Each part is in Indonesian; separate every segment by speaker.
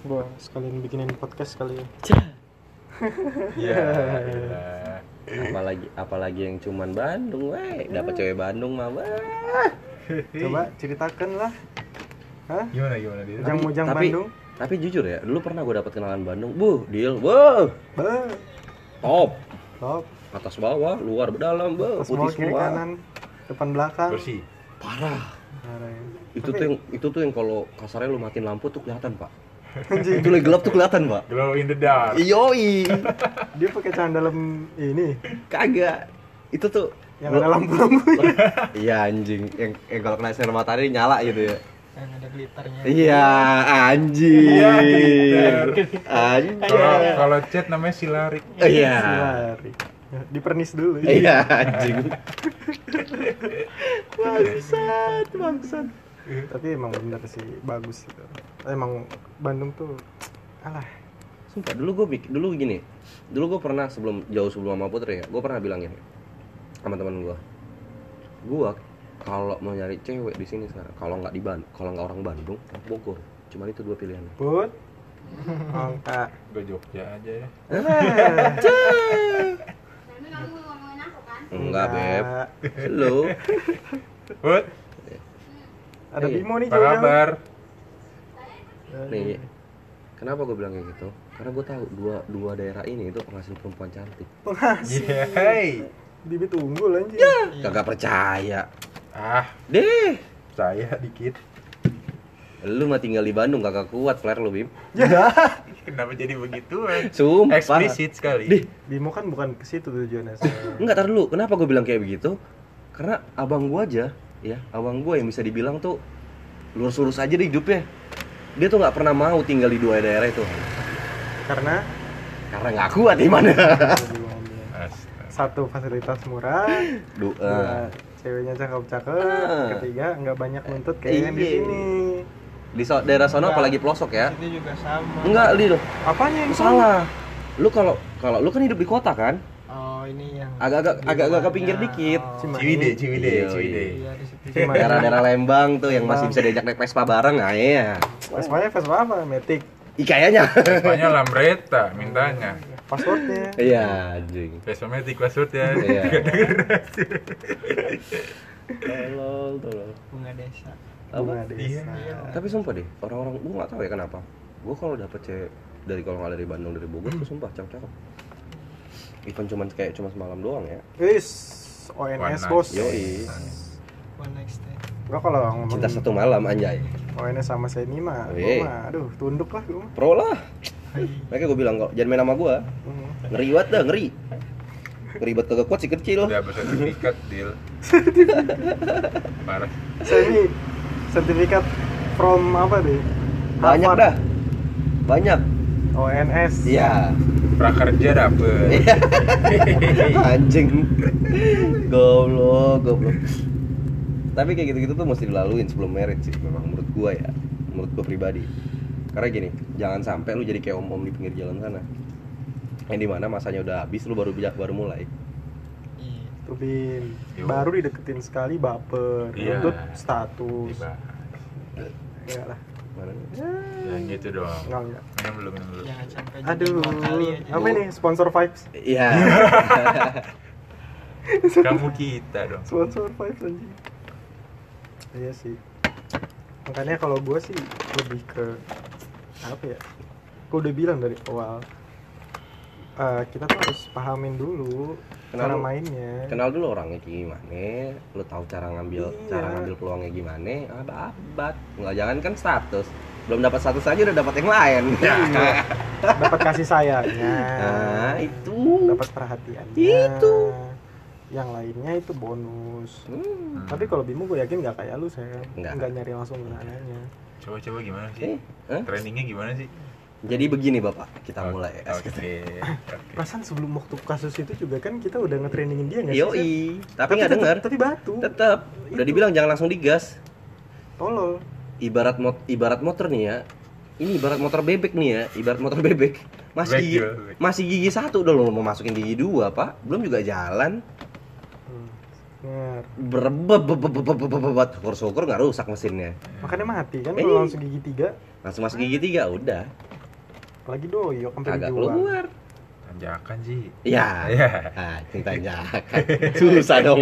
Speaker 1: Gua sekalian bikinin podcast kali ya.
Speaker 2: Iya. iya.
Speaker 3: apalagi apalagi yang cuman Bandung weh
Speaker 1: Iya.
Speaker 3: dapat cewek Bandung mah weh
Speaker 1: Coba ceritakan lah. Hah?
Speaker 2: Gimana gimana dia?
Speaker 1: Jang Mojang
Speaker 3: tapi
Speaker 1: Bandung.
Speaker 3: tapi jujur ya dulu pernah gue dapat kenalan Bandung buh deal buh
Speaker 1: Be.
Speaker 3: top
Speaker 1: Top.
Speaker 3: atas bawah luar dalam buh
Speaker 1: Pas
Speaker 3: putih
Speaker 1: mau kiri
Speaker 3: Oh, semua
Speaker 1: kanan, depan belakang.
Speaker 2: Bersih.
Speaker 3: parah
Speaker 1: Parah ya.
Speaker 3: itu tuh yang itu tuh yang kalau kasarnya lu matiin lampu tuh kelihatan pak
Speaker 1: Anjing,
Speaker 3: itu lagi gelap tuh kelihatan pak
Speaker 2: Glow in the dark.
Speaker 3: Iya. yoi
Speaker 1: dia pakai celana dalam ini
Speaker 3: kagak itu tuh
Speaker 1: yang
Speaker 3: lu-
Speaker 1: ada lampu-lampu.
Speaker 3: iya anjing yang, yang kalau kena sinar matahari nyala gitu ya
Speaker 4: yang ada glitternya
Speaker 3: iya
Speaker 2: gitu.
Speaker 3: anjing
Speaker 2: Iya, Kalau
Speaker 3: anjing
Speaker 2: kalau chat namanya silarik.
Speaker 3: iya
Speaker 1: Silari. Ya, Dipernis dulu.
Speaker 3: iya anjing bangsat bangsat
Speaker 1: Tapi emang bener sih bagus gitu. Emang Bandung tuh alah
Speaker 3: Sumpah dulu gue dulu gini, dulu gue pernah sebelum jauh sebelum sama Putri ya, gue pernah bilang gini sama teman gue, gue kalau mau nyari cewek di sini sekarang, kalau nggak di Bandung, kalau nggak orang Bandung, orang Bogor, cuman itu dua pilihannya.
Speaker 1: put angka.
Speaker 2: Gue Jogja aja ya.
Speaker 1: Eh,
Speaker 5: Tapi kamu mau ngomongin aku kan?
Speaker 3: Enggak beb, lu
Speaker 2: Put,
Speaker 1: Ada
Speaker 3: Iya.
Speaker 1: Bimo nih
Speaker 2: apa kabar?
Speaker 3: nih, kenapa gue bilang kayak gitu? Karena gue tahu dua dua daerah ini itu penghasil perempuan cantik.
Speaker 2: Iya, Yeay.
Speaker 1: Bibit unggul anjing.
Speaker 3: Kagak percaya,
Speaker 2: Ah,
Speaker 3: deh,
Speaker 2: saya dikit.
Speaker 3: lu mah tinggal di Bandung kagak kuat flare lu bim,
Speaker 1: Ya.
Speaker 2: Kenapa jadi begitu? eh?
Speaker 3: sumpah.
Speaker 2: Eksplisit sekali.
Speaker 3: Dih,
Speaker 1: Bimo kan bukan ke situ tujuannya. sebenarnya.
Speaker 3: Enggak, tar dulu. Kenapa gue bilang kayak begitu? Karena abang gue aja, ya, abang gue yang bisa dibilang tuh lurus-lurus aja deh hidupnya. Dia tuh nggak pernah mau tinggal di dua daerah itu.
Speaker 1: Karena
Speaker 3: Karena nggak kuat gimana.
Speaker 2: Astaga.
Speaker 1: satu fasilitas murah,
Speaker 3: Dua.
Speaker 1: dua ceweknya cakep-cakep,
Speaker 3: Ah.
Speaker 1: ketiga nggak banyak nuntut kayak yang di
Speaker 3: Iya.
Speaker 1: sini.
Speaker 3: Di so- daerah sono
Speaker 4: Enggak.
Speaker 3: apalagi pelosok ya.
Speaker 4: itu juga sama
Speaker 3: Enggak, Lil.
Speaker 1: Apanya yang
Speaker 3: Lu salah. Lu kalau kalau lu kan hidup di kota kan?
Speaker 4: oh ini yang
Speaker 3: Agak-agak-
Speaker 4: di
Speaker 3: agak-agak ke
Speaker 4: luarnya.
Speaker 3: pinggir dikit.
Speaker 4: Oh,
Speaker 1: Cimahi.
Speaker 2: Ciwide, Ciwide,
Speaker 3: Iya,
Speaker 2: Ciwide.
Speaker 4: iya di situ
Speaker 1: Cimahi.
Speaker 3: Daerah-daerah Lembang tuh yang masih bisa diajak naik Vespa bareng, nah iya.
Speaker 1: Vespanya Vespa apa? Matic.
Speaker 3: Ih, kayaknya.
Speaker 2: Vespanya Lambretta mintanya.
Speaker 1: Passwordnya.
Speaker 3: Iya, anjing.
Speaker 2: Vespa Matic password ya.
Speaker 3: Iya. Tolol, tolol.
Speaker 4: bunga desa
Speaker 3: Apa?
Speaker 1: Bunga desa.
Speaker 2: Iya.
Speaker 3: tapi sumpah deh orang-orang gue nggak tahu ya kenapa gue kalau dapet cewek dari kalau nggak dari Bandung dari Bogor gue sumpah cakep cakep even cuman kayak cuma semalam doang ya
Speaker 1: Wis,
Speaker 2: One
Speaker 1: ONS
Speaker 2: night
Speaker 1: bos.
Speaker 3: yoi
Speaker 4: one next day
Speaker 1: Gua kalau ngomong
Speaker 3: cinta satu malam anjay
Speaker 1: ONS sama Seni mah, gua
Speaker 3: Wih.
Speaker 1: mah aduh tunduk lah gua mah.
Speaker 3: pro lah makanya gue bilang kok jangan main sama gue
Speaker 1: Hmm.
Speaker 3: ngeri banget dah ngeri ngeri banget kagak kuat si kecil
Speaker 2: Udah bersertifikat deal. Parah.
Speaker 1: Seni sertifikat from apa deh?
Speaker 3: banyak
Speaker 1: Harvard. Oh,
Speaker 3: dah banyak
Speaker 1: ONS.
Speaker 3: iya
Speaker 2: Prakerja dapet.
Speaker 3: anjing goblok goblok tapi kayak gitu-gitu tuh mesti dilaluin sebelum marriage sih memang menurut gua ya menurut gua pribadi karena gini jangan sampai lu jadi kayak om-om di pinggir jalan sana yang dimana masanya udah habis lu baru baru mulai
Speaker 4: iya
Speaker 1: Tuh, Bin.
Speaker 2: Yo.
Speaker 1: Baru dideketin sekali baper,
Speaker 2: Iya.
Speaker 1: nuntut status.
Speaker 2: Tiba.
Speaker 1: Enggak lah.
Speaker 3: Mana nih?
Speaker 2: Jangan gitu dong.
Speaker 3: Nah,
Speaker 1: Enggak enggak.
Speaker 2: Minum dulu, minum dulu.
Speaker 4: jangan sampai jadi
Speaker 1: Aduh,
Speaker 4: dua kali aja
Speaker 1: apa ini sponsor vibes?
Speaker 3: iya
Speaker 2: Kamu kita dong.
Speaker 1: Sponsor vibes anjing. Iya sih. Makanya kalau gue sih lebih ke apa ya? Gue udah bilang dari awal. eh, kita tuh harus pahamin dulu
Speaker 3: Kenal
Speaker 1: cara
Speaker 3: lu-
Speaker 1: mainnya.
Speaker 3: kenal dulu orangnya gimana lu tahu cara ngambil
Speaker 1: Iya.
Speaker 3: cara ngambil peluangnya gimana abad abad nggak jangan kan status belum dapat status aja udah dapat yang lain
Speaker 1: Dapat kasih sayangnya.
Speaker 3: nah itu
Speaker 1: Dapat perhatiannya.
Speaker 3: Itu.
Speaker 1: Yang lainnya itu bonus.
Speaker 3: Hmm.
Speaker 2: Hmm.
Speaker 1: Tapi kalau Bimo gue yakin nggak kayak lu saya.
Speaker 3: Nggak.
Speaker 1: Nggak nyari langsung ke sananya.
Speaker 2: Hmm. Coba-coba gimana
Speaker 3: eh,
Speaker 2: sih?
Speaker 3: eh.
Speaker 2: Trainingnya gimana sih?
Speaker 3: Jadi begini Bapak, kita mulai. ya.
Speaker 2: Oke. oke.
Speaker 1: Perasaan sebelum waktu kasus itu juga kan kita udah ngetrainingin dia nggak sih? Seth?
Speaker 3: Yoi, tapi nggak
Speaker 1: tetep-
Speaker 3: denger.
Speaker 1: Tapi batu.
Speaker 3: Tetap udah dibilang jangan langsung digas.
Speaker 1: Tolol.
Speaker 3: Ibarat mot ibarat motor nih ya. Ini ibarat motor bebek nih ya, ibarat motor bebek. Masih
Speaker 2: Back
Speaker 3: gigi,
Speaker 2: ya, back.
Speaker 3: masih gigi satu udah lo mau masukin gigi dua, Pak. Belum juga jalan.
Speaker 1: Hmm. Bener.
Speaker 3: berbebebebebebebebebebebebebebebebebebebebebebebebebebebebebebebebebebebebebebebebebebebebebebebebebebebebebebet syukur-syukur nggak rusak mesinnya
Speaker 1: Makanya mati kan
Speaker 3: Iya.
Speaker 1: kalau langsung gigi tiga,
Speaker 3: langsung masuk gigi tiga udah
Speaker 1: apalagi kan doyok sampai
Speaker 3: agak
Speaker 1: dijual.
Speaker 3: keluar
Speaker 2: Tanjakan sih.
Speaker 3: ya
Speaker 2: Iya.
Speaker 3: ah itu tanjakan susah dong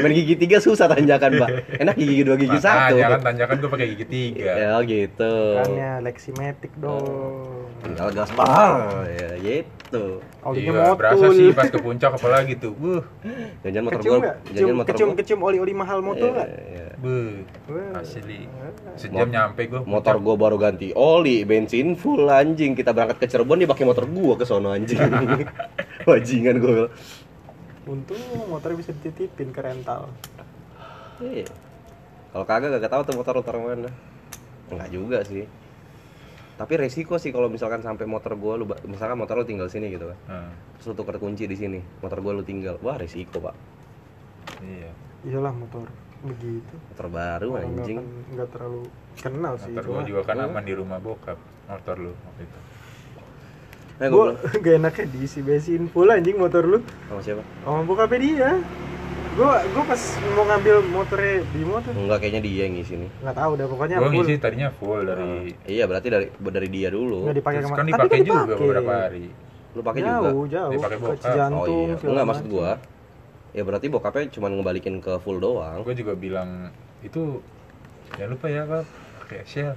Speaker 3: main gigi tiga susah tanjakan mbak enak gigi dua gigi satu
Speaker 2: Tanjakan tanjakan tuh pakai gigi tiga.
Speaker 3: ya gitu
Speaker 1: Makanya Kan ya, leximatic dong.
Speaker 3: tinggal gas bang ya gitu
Speaker 1: Olinya
Speaker 2: Iya,
Speaker 1: motul.
Speaker 2: berasa sih pas ke puncak apalagi tuh. Buh,
Speaker 3: jangan motor
Speaker 1: Kecium
Speaker 3: golf
Speaker 1: nggak?
Speaker 3: jangan
Speaker 1: Kecium,
Speaker 3: motor
Speaker 1: kecium,
Speaker 3: golf
Speaker 1: kecium oli-oli mahal motul nggak?
Speaker 3: Iya, iya.
Speaker 2: buh.
Speaker 1: Wah.
Speaker 2: Asli. Sejam
Speaker 3: Mot-
Speaker 2: nyampe gua.
Speaker 3: motor gua baru ganti oli bensin full anjing kita berangkat ke Cirebon dia pakai motor gua ke sono anjing bajingan gua bilang.
Speaker 1: Untung motornya bisa dititipin ke rental.
Speaker 3: Iya. Kalau kagak kagak tahu tuh motor motor mana. Enggak juga sih. Tapi resiko sih kalau misalkan sampai motor gua lu ba- misalkan motor lu tinggal sini gitu kan.
Speaker 2: Nah,
Speaker 3: Terus lu tuker kunci di sini, motor gua lu tinggal. Wah, resiko, Pak.
Speaker 2: iya.
Speaker 1: Iyalah motor begitu.
Speaker 3: Motor baru
Speaker 1: Orang nggak
Speaker 3: anjing.
Speaker 1: akan- nggak terlalu kenal sih.
Speaker 2: Motor
Speaker 1: cuma
Speaker 2: gua juga kan
Speaker 3: Gua-
Speaker 2: aman di rumah bokap. Motor lu waktu itu.
Speaker 1: gua
Speaker 3: Eh, gua bilang,
Speaker 1: gak enaknya diisi bensin full anjing motor lu.
Speaker 3: sama siapa?
Speaker 1: Sama bokapnya dia. Gua gua pas mau ngambil motornya di motor
Speaker 3: Enggak kayaknya dia yang ngisi nih.
Speaker 1: nggak tahu dah pokoknya
Speaker 2: Gua
Speaker 1: Iya, full.
Speaker 2: ngisi tadinya full dari
Speaker 3: Iya, berarti dari dari dia dulu.
Speaker 1: Nggak dipakai
Speaker 2: Terus
Speaker 1: kemana-
Speaker 2: kan
Speaker 1: Tapi
Speaker 2: dipakai juga
Speaker 1: dipakai.
Speaker 2: beberapa hari.
Speaker 3: Lu pakai
Speaker 1: jauh,
Speaker 3: juga.
Speaker 1: Jauh,
Speaker 2: Dipakai
Speaker 1: Ke
Speaker 2: bokap.
Speaker 1: Cijantung,
Speaker 3: oh iya.
Speaker 1: segala
Speaker 3: Enggak maksud
Speaker 1: macam.
Speaker 3: gua. Ya berarti bokapnya cuma ngebalikin ke full doang.
Speaker 2: Oh, Gua juga bilang itu jangan lupa ya, Pak. Pakai shell.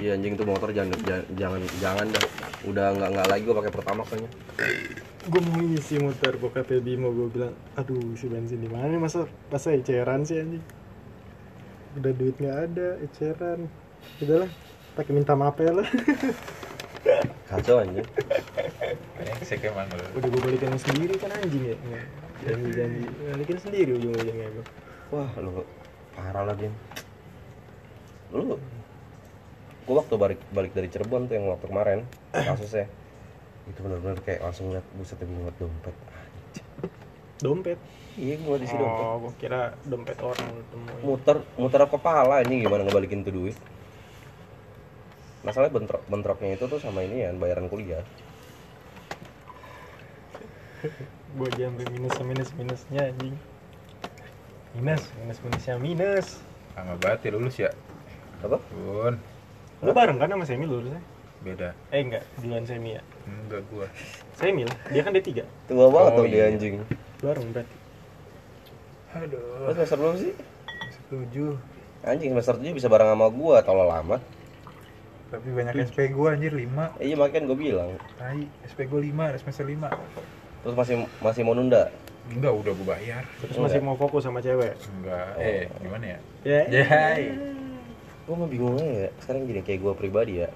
Speaker 3: Iya anjing tuh motor jangan jangan jangan, jangan dah. Udah enggak enggak lagi gua pakai pertama kayaknya.
Speaker 1: Gua mau ngisi motor bokapnya Bimo gua bilang, "Aduh, isi bensin di mana nih masa masa eceran sih anjing?" Udah duit nggak ada, eceran. Udahlah, pakai minta maaf ya lah.
Speaker 3: Kacau anjing.
Speaker 2: Kayaknya saya kayak manggil.
Speaker 1: Udah gua balikin sendiri kan anjing ya. Janji-janji balikin sendiri ujung-ujungnya gua.
Speaker 3: Wah, lu parah lagi. Lu gua waktu balik balik dari Cirebon tuh yang waktu kemarin kasusnya itu benar-benar kayak langsung lihat buset demi ngeliat dompet Anjir.
Speaker 1: Dompet.
Speaker 3: iya gua di situ
Speaker 1: Oh, gua kira dompet orang lu temuin.
Speaker 3: muter muter kepala ini gimana ngebalikin tuh duit masalahnya bentrok bentroknya itu tuh sama ini ya bayaran kuliah
Speaker 1: Gua aja sampai minus minus minusnya anjing. Minus, minus minusnya minus.
Speaker 2: Lama banget ya lulus ya.
Speaker 3: apa
Speaker 2: Bun,
Speaker 1: Lu bareng kan sama Semi lulusnya?
Speaker 2: beda.
Speaker 1: Eh enggak, duluan Semi ya.
Speaker 2: Enggak gua.
Speaker 1: Semi lah, dia kan D3.
Speaker 3: tua banget
Speaker 2: Oh,
Speaker 3: tuh dia
Speaker 2: iya.
Speaker 3: anjing
Speaker 1: Bareng berarti.
Speaker 3: lu
Speaker 2: Aduh.
Speaker 3: semester berapa sih
Speaker 2: Setuju.
Speaker 3: anjing semester 7 bisa bareng sama gua tolol lama
Speaker 2: Tapi banyak SP gua anjir 5.
Speaker 3: iya makanya gua bilang
Speaker 2: Tai, SP gua 5, semester 5.
Speaker 3: terus masih masih mau nunda
Speaker 2: Enggak, udah gua bayar.
Speaker 1: Terus masih mau fokus sama cewek.
Speaker 2: Enggak.
Speaker 1: Oh.
Speaker 2: Eh, gimana ya?
Speaker 1: Ya.
Speaker 2: Yay.
Speaker 3: gue mah bingung aja ya sekarang gini kayak gue pribadi ya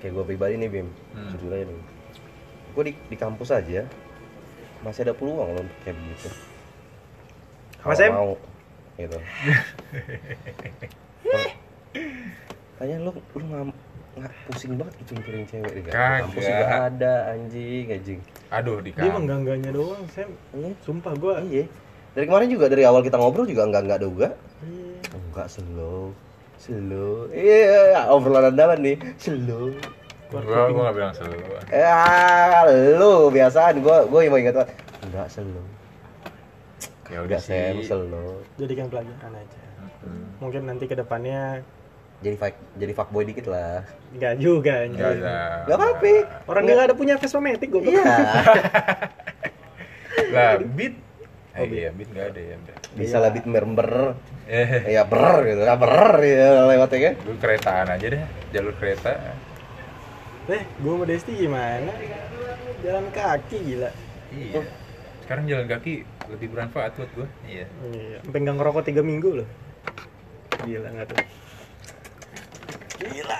Speaker 3: kayak gue pribadi nih Bim
Speaker 2: Hmm.
Speaker 3: jujur aja nih gue di, di kampus aja masih ada peluang loh untuk kayak begitu
Speaker 1: Mas Em?
Speaker 3: mau gitu Kayaknya lu lu nggak nggak pusing banget gitu mikirin cewek di
Speaker 2: Kagak.
Speaker 3: kampus juga ada anjing anjing
Speaker 2: Aduh, di
Speaker 1: Dia emang
Speaker 2: kampus.
Speaker 1: enggak-enggaknya doang, Sam.
Speaker 3: Iya.
Speaker 1: Sumpah gua.
Speaker 3: iya dari kemarin juga dari awal kita ngobrol juga nggak nggak duga
Speaker 1: Iya.
Speaker 3: enggak slow slow iya obrolan andalan nih slow
Speaker 2: Gua gua enggak bilang selalu.
Speaker 3: Ya, lu biasaan gua gua yang mau ingat banget. enggak selo.
Speaker 2: Ya
Speaker 3: Enggak
Speaker 2: udah sih. Hmm.
Speaker 3: sem selo.
Speaker 1: Jadikan pelajaran aja.
Speaker 2: Mm-mm.
Speaker 1: Mungkin nanti kedepannya
Speaker 3: Jadi fuck jadi fuckboy dikit lah.
Speaker 1: enggak juga
Speaker 2: Enggak
Speaker 1: anjing.
Speaker 2: lah.
Speaker 3: Enggak apa-apa.
Speaker 1: Orang dia enggak ada punya Vespomatic gua.
Speaker 3: Iya.
Speaker 2: Lah, beat.
Speaker 1: Oh,
Speaker 2: Eh, iya, beat enggak ada ya. udah.
Speaker 3: Bisa lah bit member.
Speaker 2: Eh,
Speaker 3: Ya ber gitu. Ya ber ya lewat ya kan.
Speaker 2: gua keretaan aja deh, jalur kereta.
Speaker 1: Eh, gua mau Desti gimana? Jalan kaki gila. Oh.
Speaker 2: Iya. Sekarang jalan kaki lebih bermanfaat buat gua. Iya.
Speaker 1: Iya. Sampai enggak ngerokok 3 minggu loh. Gila enggak tuh. Gila.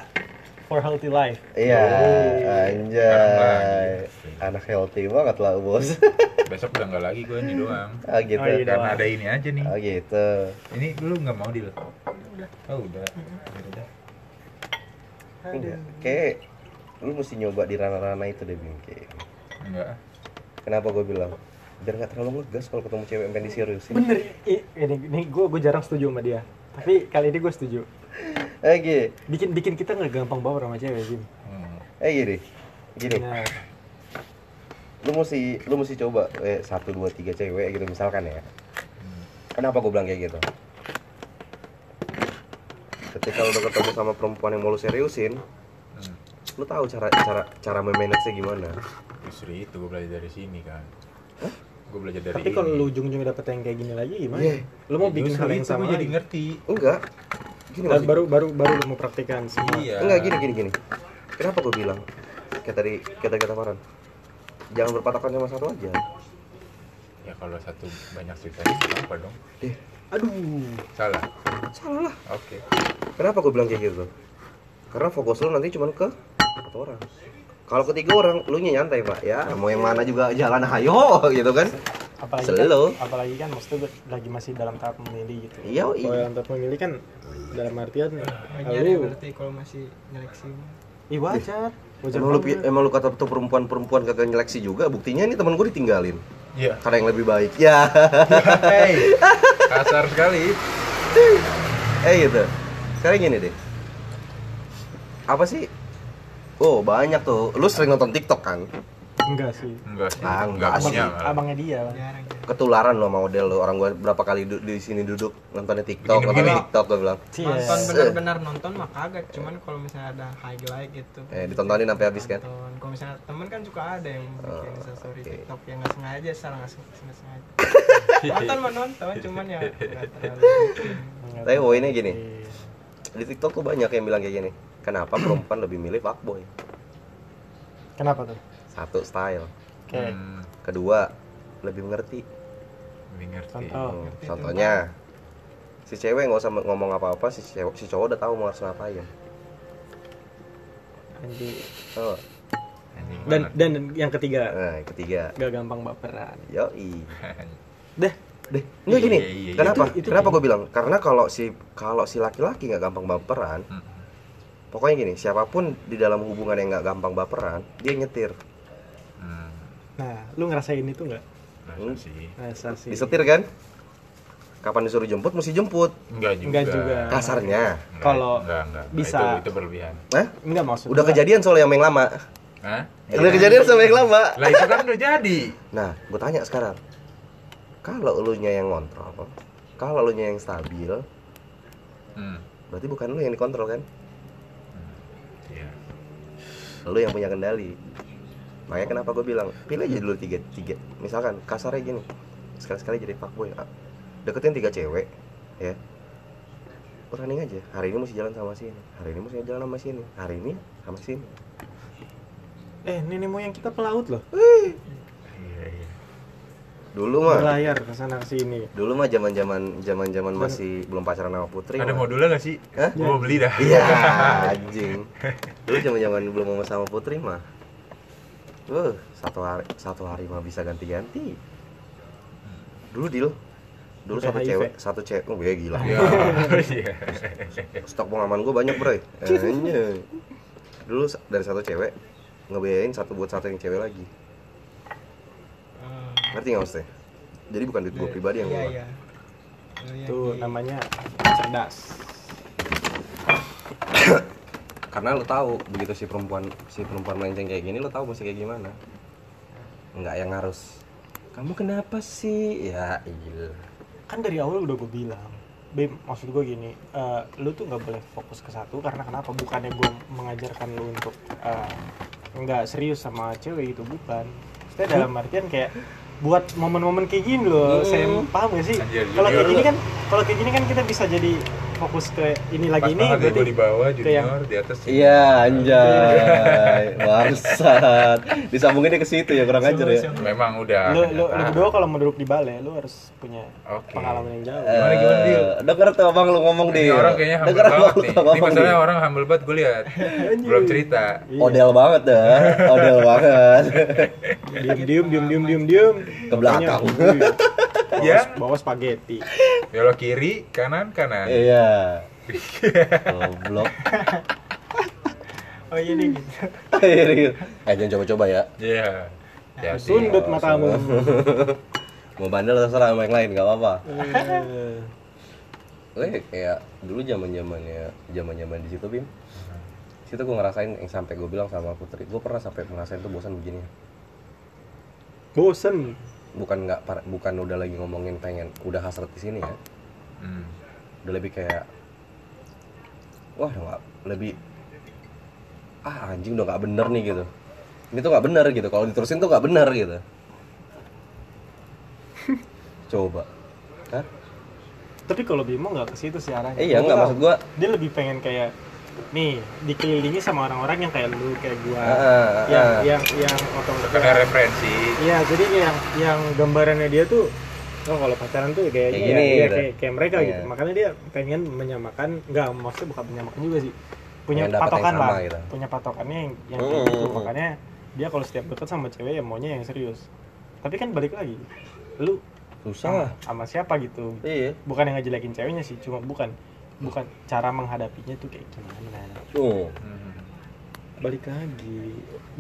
Speaker 1: For healthy life.
Speaker 3: Iya,
Speaker 1: Oh.
Speaker 2: Sekarang
Speaker 3: anjay.
Speaker 2: lagi.
Speaker 3: Anak healthy banget lah, Bos.
Speaker 2: Besok udah enggak lagi gua ini doang.
Speaker 3: ah gitu.
Speaker 1: Oh, iya.
Speaker 2: Karena ada ini aja nih.
Speaker 3: Ah gitu.
Speaker 2: Ini dulu nggak mau deal. Oh, udah. Ya udah.
Speaker 3: Enggak. Kayak lu mesti nyoba di ranah-ranah itu deh, Bing. Kayak.
Speaker 2: Enggak.
Speaker 3: Kenapa gua bilang? Biar nggak terlalu ngegas kalau ketemu cewek yang pengen diseriusin.
Speaker 1: Bener. I- Ini ini gua gua jarang setuju sama dia. Tapi kali ini gua setuju.
Speaker 3: Eh gini,
Speaker 1: bikin bikin kita nggak gampang baper sama cewek Jim.
Speaker 3: Iya.
Speaker 2: Hmm.
Speaker 3: eh gini, gini.
Speaker 1: Nah,
Speaker 3: lu mesti lu mesti coba eh, satu dua tiga cewek gitu misalkan ya kenapa gue bilang kayak gitu ketika lu udah ketemu sama perempuan yang mau lu seriusin
Speaker 2: Hmm.
Speaker 3: lu tahu cara cara cara memanage gimana
Speaker 2: Justru itu gue belajar dari sini kan. Gue belajar dari
Speaker 1: Tapi
Speaker 2: ini.
Speaker 1: kalau lu ujung-ujungnya dapet yang kayak gini lagi gimana?
Speaker 3: Iya.
Speaker 1: Lu mau bikin
Speaker 2: Justru
Speaker 1: hal yang
Speaker 2: itu
Speaker 1: sama
Speaker 2: gua jadi
Speaker 1: lagi?
Speaker 2: ngerti.
Speaker 3: enggak gini
Speaker 1: Dan
Speaker 3: maksud-
Speaker 1: baru baru baru lu mau praktikan semua.
Speaker 2: Iya.
Speaker 3: enggak gini gini gini kenapa gue bilang kayak tadi kata kata Farhan jangan berpatokan sama satu aja
Speaker 2: Ya kalau satu banyak ceritanya apa dong?
Speaker 1: Aduh.
Speaker 2: Salah.
Speaker 3: salah lah
Speaker 2: Oke.
Speaker 3: Kenapa gue bilang kayak gitu? Karena fokus lu nanti cuman ke satu orang. Kalau ketiga orang, lu nya nyantai pak ya. Mau yang mana juga jalan ayo gitu kan?
Speaker 1: Apalagi
Speaker 3: Selalu.
Speaker 1: kan apalagi kan maksudnya ber- lagi masih dalam tahap memilih gitu.
Speaker 3: Iya,
Speaker 1: Kalau
Speaker 3: iya.
Speaker 1: dalam tahap memilih kan dalam artian
Speaker 4: Wajar ya
Speaker 1: lu
Speaker 4: berarti kalau masih nyeleksi
Speaker 1: Ih wajar. Wajar
Speaker 3: Emang lu, pi-
Speaker 1: banget.
Speaker 3: emang lu kata tuh perempuan-perempuan kagak nyeleksi juga. Buktinya ini temen gue ditinggalin
Speaker 2: Iya.
Speaker 3: karena yang lebih baik. Ya,
Speaker 2: Hei. Kasar sekali.
Speaker 3: eh gitu. Sekarang gini deh. Apa sih? Oh banyak tuh. Lu sering nonton TikTok kan?
Speaker 1: enggak sih.
Speaker 2: Enggak sih.
Speaker 3: Ah,
Speaker 2: Enggak
Speaker 3: enggak
Speaker 2: punya. Hmm,
Speaker 3: sih.
Speaker 2: malah.
Speaker 1: Abangnya dia. lah.
Speaker 4: jarang jarang.
Speaker 3: Ketularan lo sama model lo. Orang gue berapa kali du- di sini duduk nontonnya TikTok,
Speaker 2: Begini,
Speaker 3: nonton
Speaker 2: begini.
Speaker 3: TikTok gue bilang.
Speaker 1: Cie.
Speaker 4: Nonton benar-benar nonton mah kagak, cuman kalau misalnya ada highlight gitu.
Speaker 3: Eh, ditontonin sampai habis, kan?
Speaker 4: Nonton. Kalau misalnya temen kan suka ada yang bikin
Speaker 3: Oh,
Speaker 4: story
Speaker 3: oke.
Speaker 4: TikTok yang nggak sengaja, salah nggak sengaja. nggak sengaja. nonton mah nonton, cuman ya nggak terlalu.
Speaker 3: Tapi poinnya gini. di TikTok tuh banyak yang bilang kayak gini kenapa perempuan lebih milih fuckboy
Speaker 1: Kenapa tuh?
Speaker 3: satu style
Speaker 1: Kayak
Speaker 2: Hmm,
Speaker 3: kedua lebih mengerti
Speaker 2: ini ngerti.
Speaker 1: contoh.
Speaker 3: Hmm,
Speaker 2: gitu.
Speaker 4: ngerti
Speaker 3: contohnya si cewek nggak usah ngomong apa-apa si cewek si cowok udah tahu mau harus ngapain
Speaker 1: Anjing.
Speaker 3: oh,
Speaker 2: Anjing
Speaker 1: Dan
Speaker 2: banget.
Speaker 1: dan yang ketiga,
Speaker 3: nah yang ketiga
Speaker 1: gak gampang baperan.
Speaker 3: yoi
Speaker 1: Deh,
Speaker 3: deh nggak gini
Speaker 2: Iya, iya, iya.
Speaker 3: kenapa
Speaker 1: Itu- itu
Speaker 3: kenapa
Speaker 1: gini.
Speaker 3: gue bilang karena kalau si kalau si laki-laki nggak gampang baperan
Speaker 2: Hmm.
Speaker 3: pokoknya gini siapapun di dalam hubungan yang nggak gampang baperan dia nyetir
Speaker 2: Hmm.
Speaker 1: nah lu ngerasain itu nggak?
Speaker 2: Masa sih?
Speaker 1: Rasa
Speaker 2: Iya.
Speaker 1: sih.
Speaker 3: disetir kan kapan disuruh jemput mesti jemput
Speaker 2: Enggak juga.
Speaker 1: Enggak juga.
Speaker 2: Ah.
Speaker 3: kasarnya
Speaker 2: Enggak,
Speaker 1: Kalau
Speaker 2: enggak, enggak.
Speaker 1: bisa.
Speaker 2: Itu, itu berlebihan.
Speaker 3: Hah?
Speaker 1: Enggak maksud
Speaker 3: Udah
Speaker 1: gua-
Speaker 3: kejadian soal yang main lama.
Speaker 2: Hah?
Speaker 3: Udah Iya. kejadian sama yang lama.
Speaker 2: Lah itu kan udah jadi.
Speaker 3: Nah, gue tanya sekarang. Kalau lu nya yang ngontrol, kalau lu nya yang stabil,
Speaker 2: Hmm.
Speaker 3: berarti bukan lu yang dikontrol kan?
Speaker 2: Iya.
Speaker 3: Lu yang punya kendali. Makanya kenapa gue bilang, pilih aja dulu tiga, tiga. Misalkan kasarnya gini, sekali-sekali jadi fuckboy. ah. Deketin tiga cewek, ya. Running aja, hari ini mesti jalan sama sini, hari ini mesti jalan sama sini, hari ini sama sini.
Speaker 1: Eh, nenek moyang kita pelaut loh.
Speaker 2: Iya, iya.
Speaker 3: Dulu mah,
Speaker 1: Berlayar ke sana ke sini.
Speaker 3: dulu mah zaman-zaman zaman-zaman masih belum pacaran sama putri.
Speaker 2: Ada
Speaker 3: mah.
Speaker 2: modulnya nggak sih?
Speaker 3: Hah?
Speaker 2: Gua mau beli dah.
Speaker 3: Iya, anjing. Lu zaman-zaman belum mau sama Putri mah. Lu satu hari satu hari mah bisa ganti-ganti. Dulu deal. Dulu satu
Speaker 1: Sampai HIV.
Speaker 3: cewek, satu cewek. Oh, gue gila.
Speaker 2: Iya. Iya.
Speaker 3: Stok pengaman gue banyak, Bro. Anjing. Dulu sa- dari satu cewek ngebiayain satu buat satu yang cewek lagi.
Speaker 4: Eh,
Speaker 3: Ngerti nggak maksudnya? Jadi bukan duit gue pribadi yang
Speaker 4: Iya,
Speaker 3: gue.
Speaker 4: iya. Lu yang
Speaker 1: Tuh
Speaker 4: di-
Speaker 1: namanya cerdas.
Speaker 3: Karena lu tahu begitu si perempuan si perempuan melenceng kayak gini lu tahu mesti kayak gimana. Nggak yang harus kamu kenapa sih? Ya, iya.
Speaker 1: Kan dari awal udah gue bilang. Bim, maksud gue gini, eh, lu tuh nggak boleh fokus ke satu karena kenapa? Bukannya gue mengajarkan lu untuk eh, nggak serius sama cewek itu bukan. Saya dalam artian kayak buat momen-momen kayak gini loh, saya paham gak sih?
Speaker 2: Hmm. Anjir,
Speaker 1: Kalau kayak
Speaker 2: jujur.
Speaker 1: gini kan, kalau kayak gini kan kita bisa jadi fokus ke ini
Speaker 2: Pas
Speaker 1: lagi ini,
Speaker 2: banget ya
Speaker 1: berarti
Speaker 2: gua di bawah
Speaker 1: ke yang-
Speaker 2: junior, di atas.
Speaker 3: Iya anjay, bangsat. Disambungin dia ke situ ya kurang ajar ya.
Speaker 2: Memang udah.
Speaker 1: lu lu, lu
Speaker 2: kenyataan.
Speaker 1: berdua kalau mau duduk di balai lu harus punya
Speaker 2: Ah. Oke.
Speaker 1: pengalaman yang jauh
Speaker 2: Gimana, gimana, Dil?
Speaker 3: Eh, Denger tuh abang lu ngomong
Speaker 2: Ini
Speaker 3: deh.
Speaker 2: orang kayaknya humble
Speaker 3: Denger abang
Speaker 2: banget
Speaker 3: lu
Speaker 2: nih. Ini
Speaker 3: ngomong
Speaker 2: masalahnya
Speaker 3: deh.
Speaker 2: orang humble banget gue lihat. Belum cerita.
Speaker 3: Odel banget dah, odel banget.
Speaker 1: diem diem diem diem diem diem
Speaker 3: Ke belakang.
Speaker 1: Pokoknya, bawa-
Speaker 2: Ya.
Speaker 1: bawa spaghetti
Speaker 2: Belok kiri, kanan, kanan.
Speaker 3: Iya. Goblok.
Speaker 4: Oh iya nih gitu.
Speaker 3: Eh jangan coba-coba ya.
Speaker 2: Iya. Hati-hati.
Speaker 1: sundut matamu
Speaker 3: Mau bandel terserah sama yang lain gak apa-apa.
Speaker 1: Eh,
Speaker 3: Gue kayak dulu zaman zamannya zaman zaman di situ bim. Situ gue ngerasain yang sampai gue bilang sama Putri, gue pernah sampai ngerasain tuh bosan begini.
Speaker 1: bosen
Speaker 3: bukan nggak par- bukan udah lagi ngomongin pengen udah hasrat di sini ya
Speaker 2: Hmm.
Speaker 3: udah lebih kayak wah udah nggak lebih ah anjing udah nggak bener nih gitu ini tuh nggak bener gitu kalau diterusin tuh nggak bener gitu coba Hah?
Speaker 1: tapi kalau Bimo nggak ke situ sih arahnya
Speaker 3: Eh, iya nggak
Speaker 1: Gua
Speaker 3: maksud gua
Speaker 1: dia lebih pengen kayak nih dikelilingi sama orang-orang yang kayak lu kayak gua
Speaker 3: Ah, ah, ah.
Speaker 1: yang, yang yang otomatis
Speaker 2: Karena kan referensi.
Speaker 1: Iya, jadi yang yang gambarannya dia tuh oh kalau pacaran tuh kayak
Speaker 3: Kayak
Speaker 1: gini,
Speaker 3: gini,
Speaker 1: ya,
Speaker 3: gitu.
Speaker 1: kayak, kayak mereka
Speaker 3: Iya.
Speaker 1: gitu. Makanya dia pengen menyamakan, nggak maksudnya bukan menyamakan juga sih. Punya
Speaker 3: Pengen dapat
Speaker 1: patokan
Speaker 3: yang sama
Speaker 1: lah,
Speaker 3: gitu.
Speaker 1: punya patokannya yang yang kayak
Speaker 3: Mm,
Speaker 1: gitu.
Speaker 3: mm, mm.
Speaker 1: Makanya dia kalau setiap deket sama cewek ya maunya yang serius. Tapi kan balik lagi, lu
Speaker 3: susah
Speaker 1: sama siapa gitu?
Speaker 3: iya
Speaker 1: Bukan yang ngejelekin ceweknya sih, cuma bukan bukan cara menghadapinya tuh kayak gimana
Speaker 3: Oh,
Speaker 2: Hmm.
Speaker 1: balik lagi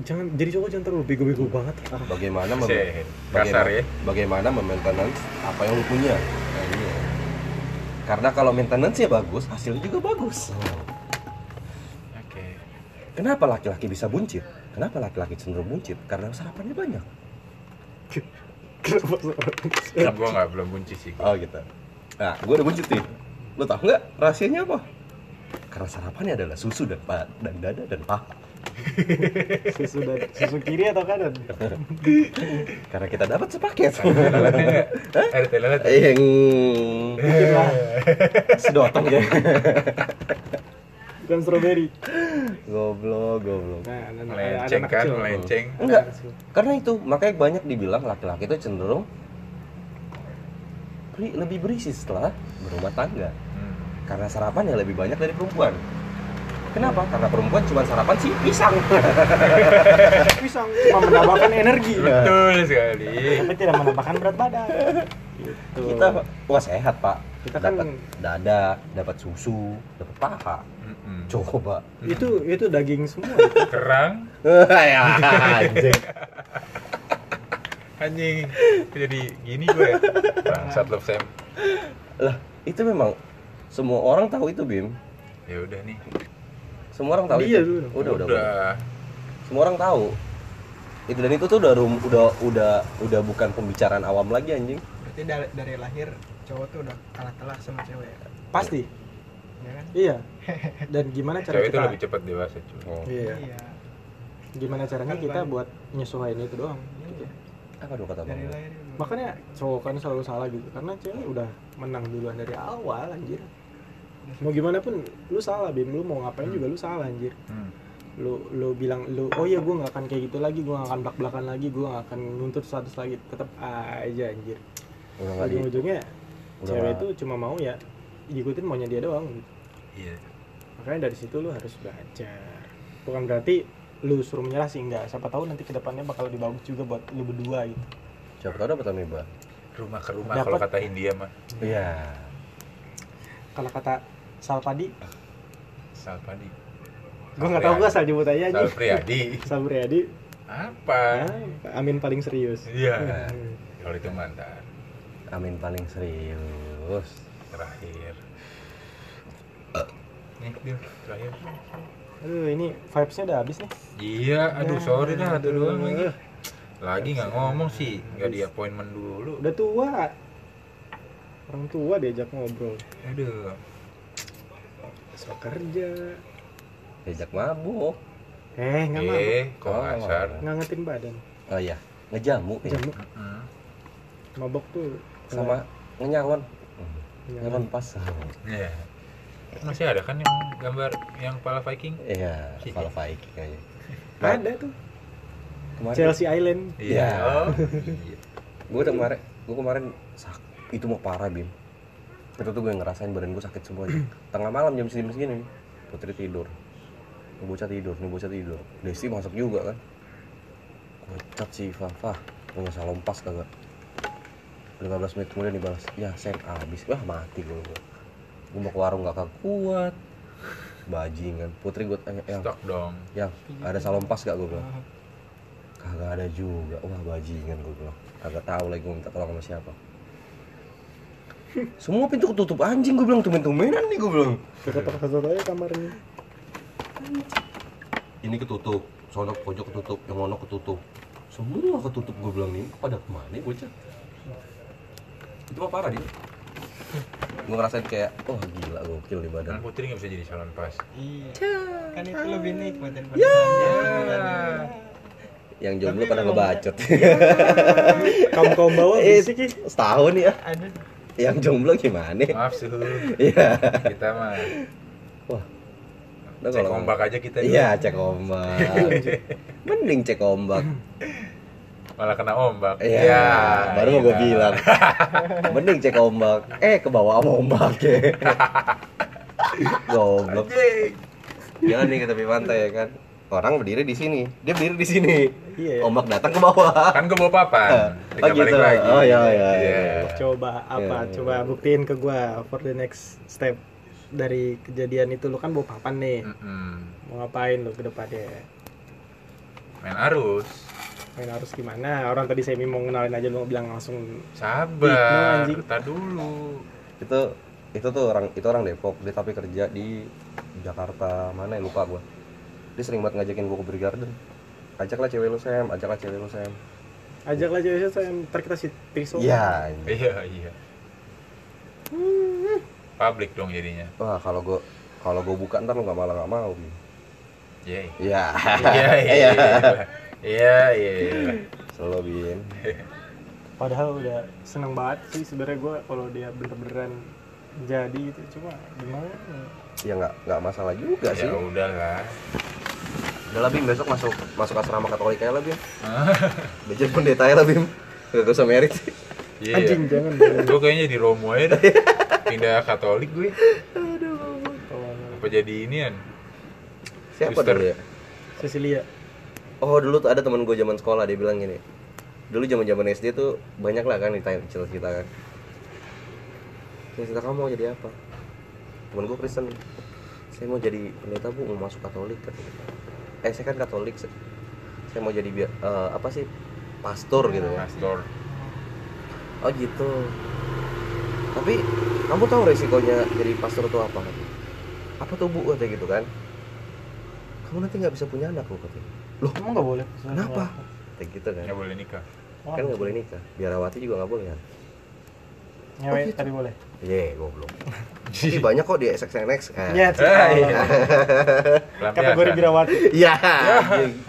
Speaker 1: jangan jadi cowok jangan terlalu bego-bego banget ah.
Speaker 3: bagaimana mem-
Speaker 2: Sih,
Speaker 3: bagaimana,
Speaker 2: kasar ya.
Speaker 3: bagaimana maintenance apa yang lu punya Nah, iya. karena kalau maintenance ya bagus hasilnya juga bagus
Speaker 2: Oke.
Speaker 3: Kenapa laki-laki bisa buncit? Kenapa laki-laki cenderung buncit? Karena sarapannya banyak.
Speaker 1: Kenapa seorang
Speaker 2: Tapi gua nggak belum kunci sih.
Speaker 3: Oh gitu. Nah, gue udah buncit nih. Lo tau nggak rahasianya apa? Karena sarapannya adalah susu dan pa dan dada dan paha.
Speaker 1: susu dan susu kiri atau kanan
Speaker 3: Karena kita dapat sepaket.
Speaker 2: Lelet nggak? Ada teh lelet.
Speaker 3: Yang
Speaker 2: Iya,
Speaker 1: mungkin lah
Speaker 3: sedotong ya.
Speaker 1: bukan strawberry
Speaker 3: Goblok, goblok.
Speaker 1: nah anak- anak
Speaker 2: Melenceng
Speaker 1: anak
Speaker 2: kan,
Speaker 1: kecil.
Speaker 2: melenceng.
Speaker 3: Enggak, karena itu makanya banyak dibilang laki-laki itu cenderung beri- lebih berisi setelah berumah tangga.
Speaker 2: Hmm.
Speaker 3: karena sarapan yang lebih banyak dari perempuan. Kenapa? Karena perempuan cuma sarapan sih pisang.
Speaker 1: Eh, pisang cuma menambahkan energi
Speaker 2: Betul sekali.
Speaker 1: tapi tidak menambahkan berat badan gitu.
Speaker 3: Kita wah sehat pak.
Speaker 1: Kita kan-
Speaker 3: dapat dada, dapat susu, dapat paha.
Speaker 2: Mm-mm.
Speaker 3: Coba.
Speaker 1: itu itu daging semua
Speaker 2: Kerang, Iya.
Speaker 3: ya anjing.
Speaker 2: anjing. Jadi gini gue. Bangsat love Sam.
Speaker 3: Lah itu memang semua orang tahu itu Bim.
Speaker 2: Ya udah nih.
Speaker 3: Semua orang tahu
Speaker 1: Iya, dulu.
Speaker 3: itu. Udah, udah, udah. Semua orang tahu. Itu dan itu tuh udah rum- udah udah udah bukan pembicaraan awam lagi anjing.
Speaker 4: berarti dari, dari lahir cowok tuh udah kalah telak sama cewek
Speaker 1: pasti
Speaker 4: ya kan
Speaker 1: iya dan gimana cara
Speaker 2: Cewek itu
Speaker 1: kita
Speaker 2: lebih cepat dewasa cuy.
Speaker 3: Oh.
Speaker 1: iya
Speaker 4: iya
Speaker 1: gimana caranya kita buat nyesuaiin itu doang gitu.
Speaker 4: iya
Speaker 3: Apa dulu kata
Speaker 4: dari
Speaker 3: Bang?
Speaker 4: lahir udah.
Speaker 1: makanya cowok kan selalu salah gitu karena cewek udah menang duluan dari awal anjir mau gimana pun lu salah bim lu mau ngapain juga lu salah anjir
Speaker 2: Hmm.
Speaker 1: lu lu bilang lu oh iya gue nggak akan kayak gitu lagi gue nggak akan belak belakan lagi gue nggak akan nuntut status lagi tetap aja anjir
Speaker 3: Udah nggak
Speaker 1: ujung
Speaker 3: di-
Speaker 1: ujungnya
Speaker 3: Udah
Speaker 1: cewek
Speaker 3: nggak-
Speaker 1: itu cuma mau ya diikutin maunya dia doang gitu.
Speaker 2: Iya.
Speaker 1: makanya dari situ lu harus belajar bukan berarti lu suruh menyerah sih enggak siapa tahu nanti kedepannya bakal lebih bagus juga buat lu berdua gitu
Speaker 3: Siapa tahu dapat amoeba.
Speaker 2: Rumah ke rumah kalau
Speaker 1: Dapat.
Speaker 2: kata India mah.
Speaker 3: Iya.
Speaker 1: kalau kata Salpadi
Speaker 2: Salpadi.
Speaker 1: gue nggak tahu gue asal nyebut aja aja
Speaker 2: Salpriadi.
Speaker 1: Sabriadi
Speaker 2: Apa?
Speaker 1: Amin paling serius
Speaker 2: Iya.
Speaker 3: Hmm.
Speaker 2: Kalau itu mantan
Speaker 3: Amin paling serius.
Speaker 2: terakhir.
Speaker 3: Eh.
Speaker 2: Nih, Dil, terakhir.
Speaker 1: aduh ini vibesnya udah habis nih
Speaker 2: Iya, aduh
Speaker 3: Ya.
Speaker 1: Nah,
Speaker 2: sorry dah, aduh doang lagi.
Speaker 1: aduh.
Speaker 2: Lagi nggak ngomong sih, nggak di appointment dulu.
Speaker 1: udah tua orang tua diajak ngobrol
Speaker 2: Aduh,
Speaker 1: besok kerja
Speaker 3: Diajak mabuk.
Speaker 1: eh nggak mau
Speaker 2: eh, kok
Speaker 3: Oh.
Speaker 2: ngasar?
Speaker 1: ngangetin badan
Speaker 3: Oh iya, ngejamu ya.
Speaker 1: jamu
Speaker 2: Mm-mm.
Speaker 1: mabok tuh
Speaker 3: Sama ngenyangon.
Speaker 1: Nyangon.
Speaker 3: Nyangon pas.
Speaker 2: Iya. Masih ada kan yang gambar yang kepala Viking?
Speaker 3: Iya, kalau Viking aja.
Speaker 1: ada tuh
Speaker 3: Kemarin
Speaker 1: Chelsea Island
Speaker 3: Iya.
Speaker 2: Oh, iya.
Speaker 3: gue udah kemarin, gue kemarin sak, itu mau parah bim. Itu tuh gue ngerasain badan gue sakit semuanya. Tengah malam jam segini segini, putri tidur, Ini bocah tidur, ini bocah tidur. Desi masuk juga kan. Ngecat si Fafa, gue nggak salah lompas kagak. 15 menit kemudian dibalas, ya sen abis, wah mati gue. Gue mau ke warung gak kuat, bajingan. Putri gue tanya, yang,
Speaker 2: Stok dong.
Speaker 3: yang ada salompas gak gue bilang? kagak ada juga wah bajingan gue bilang kagak tahu lagi gue minta tolong sama siapa semua pintu ketutup anjing gue bilang tumen-tumenan nih gue bilang
Speaker 1: ketok-ketok aja kamarnya
Speaker 3: ini ketutup sono pojok ketutup yang ono ketutup
Speaker 6: semua ketutup gue bilang nih pada kemana ya bocah itu mah parah dia gue ngerasain kayak oh gila gokil di badan
Speaker 2: Dan putri nggak bisa jadi calon pas.
Speaker 4: Iya. Kan itu lebih nikmat daripada
Speaker 3: Ya.
Speaker 4: yeah.
Speaker 3: yang jomblo pada ngebacot
Speaker 1: kamu kaum bawah
Speaker 3: Eh,
Speaker 1: bisik ih.
Speaker 3: setahun ya
Speaker 4: Ada
Speaker 3: yang jomblo gimana
Speaker 2: Maaf suhu,
Speaker 3: iya
Speaker 2: kita mah
Speaker 3: Nah,
Speaker 2: cek
Speaker 3: kalau-
Speaker 2: ombak aja kita. dulu.
Speaker 3: iya cek ombak mending cek ombak
Speaker 2: Malah kena ombak.
Speaker 3: Iya, baru mau gue
Speaker 2: iya.
Speaker 3: bilang. Mending cek ombak. Eh, ke bawah sama ombak ya. Goblok.
Speaker 2: Anjing.
Speaker 3: Jalan nih ke tepi pantai ya kan. Orang berdiri di sini. Dia berdiri di sini.
Speaker 1: Iya.
Speaker 3: Ombak datang ke bawah.
Speaker 2: Kan gue bawa papan.
Speaker 3: Oh,
Speaker 2: Tinggal balik
Speaker 3: gitu.
Speaker 2: lagi.
Speaker 3: Oh, iya, iya,
Speaker 2: Iya.
Speaker 3: iya.
Speaker 1: coba apa
Speaker 3: Iya.
Speaker 1: coba buktiin ke gua for the next step dari kejadian itu lu kan bawa papan nih
Speaker 2: Mm-mm.
Speaker 1: mau ngapain lu ke depannya
Speaker 2: Main arus.
Speaker 1: main harus gimana orang tadi semi mau kenalin aja lu bilang langsung
Speaker 2: Sabar,
Speaker 1: Ih, lu anjing.
Speaker 2: kita dulu.
Speaker 3: Itu itu tuh orang itu orang Depok, dia tapi kerja di Jakarta. Mana ya lupa gua. Dia sering banget ngajakin gua ke Beer Garden. Ajaklah cewek lu Sam, ajaklah cewek lu Sam.
Speaker 1: ajaklah aja saya ntar kita si Triso
Speaker 3: Iya. anjing.
Speaker 2: Iya, iya. Public dong jadinya.
Speaker 3: Wah, kalau gua kalau gua buka ntar lu nggak malah nggak mau.
Speaker 2: Yay.
Speaker 3: Iya.
Speaker 2: Iya, iya. Iya, iya. iya.
Speaker 3: Selalu bin.
Speaker 1: padahal udah seneng banget sih sebenarnya gua kalau dia bener-beneran jadi itu cuma gimana
Speaker 3: ya nggak nggak masalah juga sih
Speaker 2: Ya udah lah.
Speaker 3: udah lah Bim besok masuk masuk asrama katolik aja lah Bim belajar pendeta aja lah Bim gak usah merit
Speaker 2: Iya.
Speaker 1: anjing jangan dong.
Speaker 2: Gue kayaknya di Romo aja dah. Pindah Katolik gue.
Speaker 1: Kalau
Speaker 2: Apa jadi inian?
Speaker 3: siapa
Speaker 2: Suster.
Speaker 3: dulu ya
Speaker 1: Cecilia
Speaker 3: oh dulu tuh ada teman gue zaman sekolah dia bilang gini dulu zaman zaman SD tuh banyak lah kan ditanya cerita cerita kan cerita kamu mau jadi apa temen gue Kristen saya mau jadi pendeta bu mau masuk Katolik katanya. eh saya kan Katolik saya saya mau jadi bia- eh, apa sih pastor gitu ya
Speaker 2: Pastor.
Speaker 3: Oh gitu. Tapi kamu tahu resikonya jadi pastor itu apa? Apa tuh bu katanya gitu kan? Kamu nanti nggak bisa punya anak gitu. loh katanya. Loh
Speaker 1: emang nggak boleh
Speaker 3: kenapa? Kayak gitu kan?
Speaker 2: Nggak boleh nikah.
Speaker 3: Kan nggak boleh nikah. Biarawati juga nggak boleh kan?
Speaker 1: nyewe tadi boleh
Speaker 3: Ye goblok. Tapi banyak kok di SXNX. Eh.
Speaker 1: ya
Speaker 2: iya.
Speaker 1: kategori
Speaker 2: Pelampiasan.
Speaker 1: birawati
Speaker 3: Iya.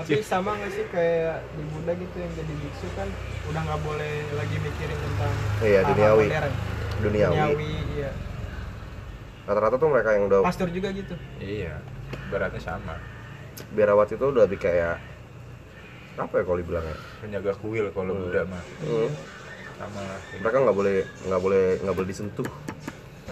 Speaker 4: Tapi sama nggak sih kayak di Buddha gitu yang jadi biksu kan udah nggak boleh lagi mikirin tentang
Speaker 3: Iya,
Speaker 4: hal-hal
Speaker 3: duniawi.
Speaker 4: modern.
Speaker 3: Duniawi.
Speaker 4: Duniawi, iya.
Speaker 3: Rata-rata tuh mereka yang udah
Speaker 4: Pastor juga gitu.
Speaker 2: Iya. Beratnya sama.
Speaker 3: biarawati itu udah lebih kayak apa ya kalau dibilangnya?
Speaker 2: Penjaga kuil kalau
Speaker 3: Hmm.
Speaker 2: Buddha mah.
Speaker 3: Hmm.
Speaker 2: Sama lah.
Speaker 3: Mereka nggak boleh nggak boleh nggak boleh disentuh